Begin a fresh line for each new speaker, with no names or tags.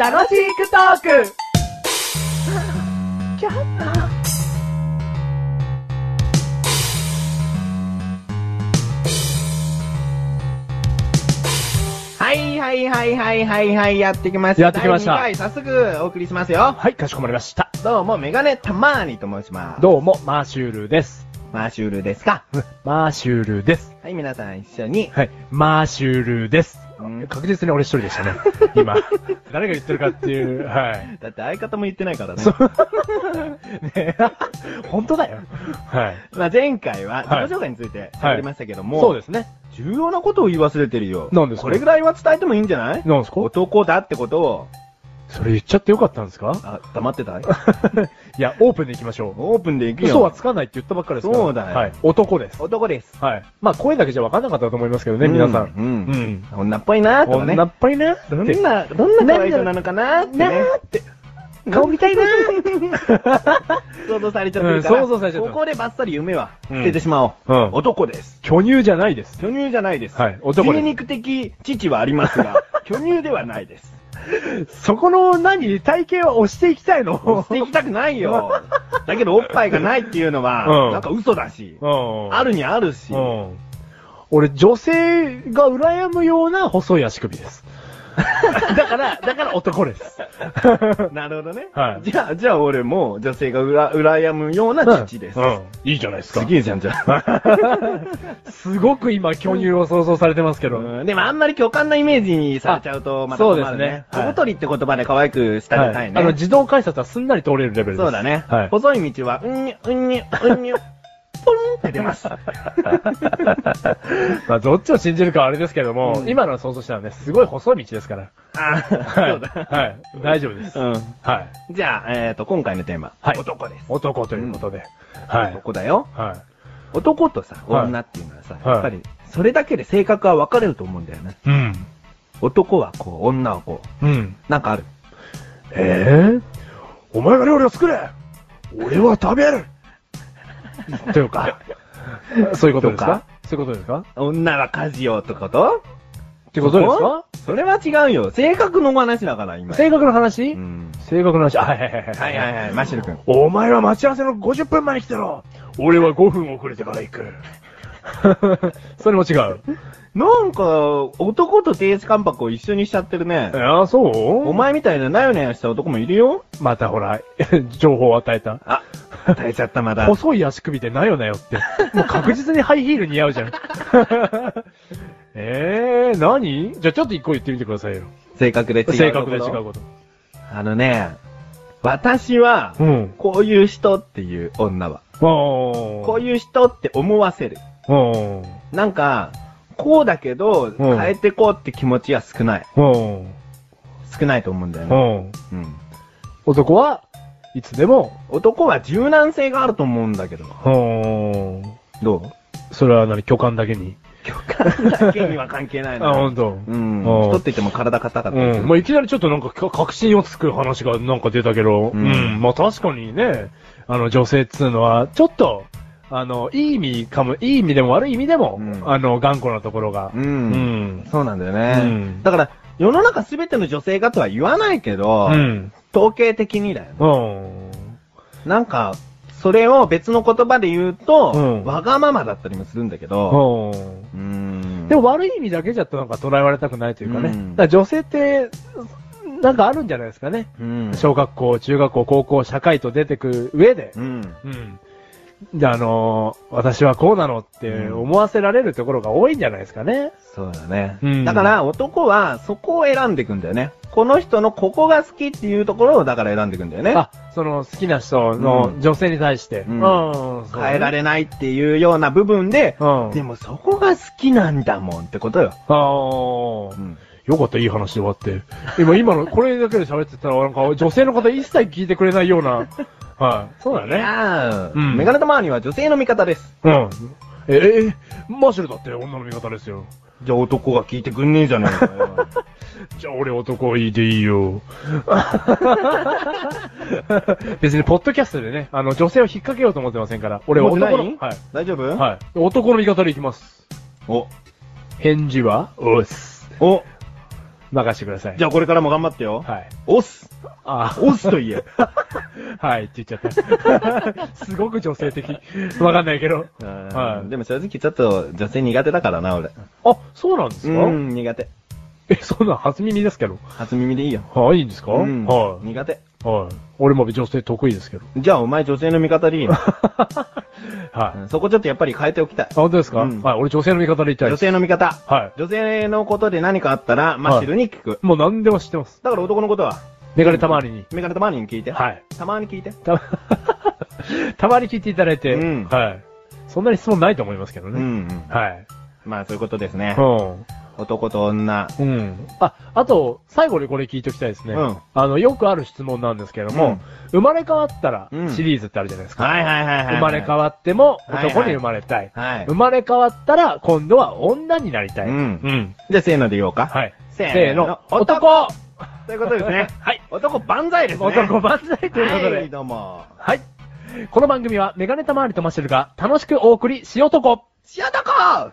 楽しくトーク
はいはいはいはいはいはい、やってきました。
やってきました
第2回早速お送りしますよ。
はい、かしこまりました。
どうも、メガネたまーにと申します。
どうも、マーシュールです。
マーシュールですか
マーシュールです。
はい、皆さん一緒に。
はい、マーシュールです
うん。
確実に俺一人で したね。今。誰が言ってるかっていう、はい。
だって相方も言ってないからね。
そう。 ね本当だよ。はい。
まあ、前回は
はい
自己紹介について喋りましたけども、
そうですね。
す。重要なことを言い忘れてるよ。
なんですか
これぐらいは伝えてもいいんじゃない
なんですか
男だってことを、
それ言っちゃってよかったんですか
あ、黙って た
いや、オープンでいきましょ
オープンで行
う。
くよ。
嘘はつかないって言ったばっかりですから。
そうだよ
はい。男です。
男です。
はい。まあ、声だけじゃ分かんなかったと思いますけどね、皆さん。
うん。うん
ん。
女っぽいなーとかね。
女っぽいな。
どんな、どんな可愛い子なのかなーってね。
って。顔見たいな
想像されちゃってるから。
うん想像されちゃってる
ここでばっさり夢は
うん
捨ててしまおう。
うん
男です。
巨乳じゃないです。
巨乳じゃないです。
はい男です
牛肉的父はあります が、巨乳ではないです。
そこの何、体型は押していきたい
捨
の
ていきたくないよ。だけどおっぱいがないっていうのは、
うん
なんか嘘だし、
うん
あるにあるし、
うん。俺、女性が羨むような細い足首 です。だから、だから男です。
なるほどね。
はい
じゃあ、じゃあ俺も女性がうら羨むような父です。
うん。いいじゃないです
すげえじゃん、じゃあ。
すごく今、巨乳を想像されてますけど。
うんでもあんまり共感なイメージにされちゃうと、
あ
また困る
そうですね
ね。
はい
小太りって言葉で可愛くした
は
じゃないね。
あの、自動改札はすんなり通れるレベルです。
そうだね。
はい。
細い道は、うんにゅ、うんにゅ、うんにゅ、ポンって出ます。
まあ、どっちを信じるかはあれですけども、
うん
今のは想像したらね、すごい細い道ですから。
あ
はい。
そうだ。
はい。大丈夫です。
う
はい。
ん。じゃあ、えっ、と、今回のテーマ。
はい
男です。
男ということで。はい。
男だよ。
は
男とさ、
はい
女っていうのはさ、
はい
やっぱり、それだけで性格は分かれると思うんだよね。
い。うん。
男はこう、女はこう。
うん。
なんかある。
ええお前が料理を作れ俺は食べるというか、 そういうことですかそういうことですか
女は家事をってこと
ってことです
そ
か
それは違うよ。性格のお話だから、今。
性格の話、
うん。
性格の話。あはいはいはい
はいはいはい、マシル君。
お前は待ち合わせの50分前に来てろ俺は5分遅れてから行く。 それも違う。
なんか、男と亭主関白を一緒にしちゃってるね。
ああ、そう
お前みたいななよなよした男もいるよ。
またほら、 情報を与えた。
あ、耐えちゃったまだ。
細い足首でなよなよって。もう確実にハイヒール似合うじゃん。 えー、何じゃあちょっと一個言ってみてくださいよ。
性格で違う。
性格で違う。こと。
あのね、私は、
うん。
こういう人っていう女は、
お
こう
いう。
いう人って思わせる。
お
なんか、こうだけど、
うん
変えてこうって気持ちは少ない。
お
少ないと思うんだよね。
お
うん。
男はいつでも、
男は柔軟性があると思うんだけど。
お
どう
それは何巨漢だけに。
共感だけには関係ない
あ、ほ
な。
んと。
うん。
うん
太ってても体硬かったりす
う
る
ん。まあ、いきなりちょっとなんかか確信をつく話がなんか出たけど、
う
うんん。まあ、確かにね、あの、女性っつうのは、ちょっと、あの、いい意味かも、いい意味でも悪い意味でも、
うん
あの、頑固なところが。
う。
うんん。
そうなんだよね。
うん
だから、世の中すべての女性がとは言わないけど、
うん。
統計的にだよね。
うん。
なんか、それを別の言葉で言うと、
うん
わがままだったりもするんだけど、
うん。
うーん。
でも悪い意味だけじゃなんか捉えられたくないというかね。
うん
だから女性って、なんかあるんじゃないですかね。
うん、
小学校、中学校、高校、社会と出てく上で
う。ん。
うん。で、あのー私はこうなのって
うん
思わせられるところが多いんじゃないですかね。
そうだね。
うん
だから、男はそこを選んでいくんだよね。この人のここが好きっていうところをだから選んでいくんだよね。
あ、その好きな人
う
の
ん
女性に対して。
うん
んそうね
変えられないっていうような部分で、
うん。
でもそこが好きなんだもんってことよ。
あー
うん。
よかった、いい話で終わって。今、今の、これだけで喋ってたら、なんか、女性の方一切聞いてくれないよ うな。はい。そうだ
いやー、
うん
メガネとマーニは女性の味方です。
うん。え、え、マシュルだって女の味方ですよ。
じゃあ男が聞いてくんねえじゃねえかよ。
じゃあ俺男いいでいいよ。 別にポッドキャストでね、あの、女性を引っ掛けようと思ってませんから。 俺
思っ
男
てない
の、はい。
大丈夫
はい。男の味方でいきます。
お、
返事はおっす。
お、
任してください。
じゃあこれからも頑張ってよ。
はい。
オス
あ
オスと 言え。
あ、はいって言っちゃ った。すごく女性的。わかんないけど。は
はいい。でも正直ちょっと女性苦手だからな、俺。
あ、そうなんですか、
うん、苦手。
え、そんなん初耳ですけど。
初耳でいいよ。
はい、いいんですか、
うん
はい。
苦手。
はい。俺も女性得意ですけど。
じゃあお前女性の味方 でいいの
はい。
そこちょっとやっぱり変えておきたい
あ。本当ですか、
うん
はい、俺女性の味方で言いたい
女
です。
性の味方。
は
女性のことで何かあったら、マシルに聞く。
い。もう何でも知ってます。
だから男のことは、
メガネたまにに。
メガネたまに聞いて。
はい。
たまに聞いて。
た、 たまに聞いていただいて、
うん
はい。そんなに質問ないと思いますけど
うん、う
ね。
ん。
はい。
まあそういうことですね。
う
男と女。
ん。うん。あ、あと、最後にこれ聞いておきたいですね。
うん
あの、よくある質問なんですけども、生まれ変わったら
うん
シリーズってあるじゃないですか。
はいはいはいはい。
生まれ変わっても
はい
男に生まれたい。
はい
生。まれ変わったら今度は女になりたい。
うん
うん。
じゃあせーので言おうか。
はい。
せ
せ
ー
ー
の
の。。
男
男
ということですね。
はい。
男万歳ですね。
男万歳ということで。
はい、どうも。
はい。この番組はメガネたまわりとマシュルが楽しくお送りしようとこ
し男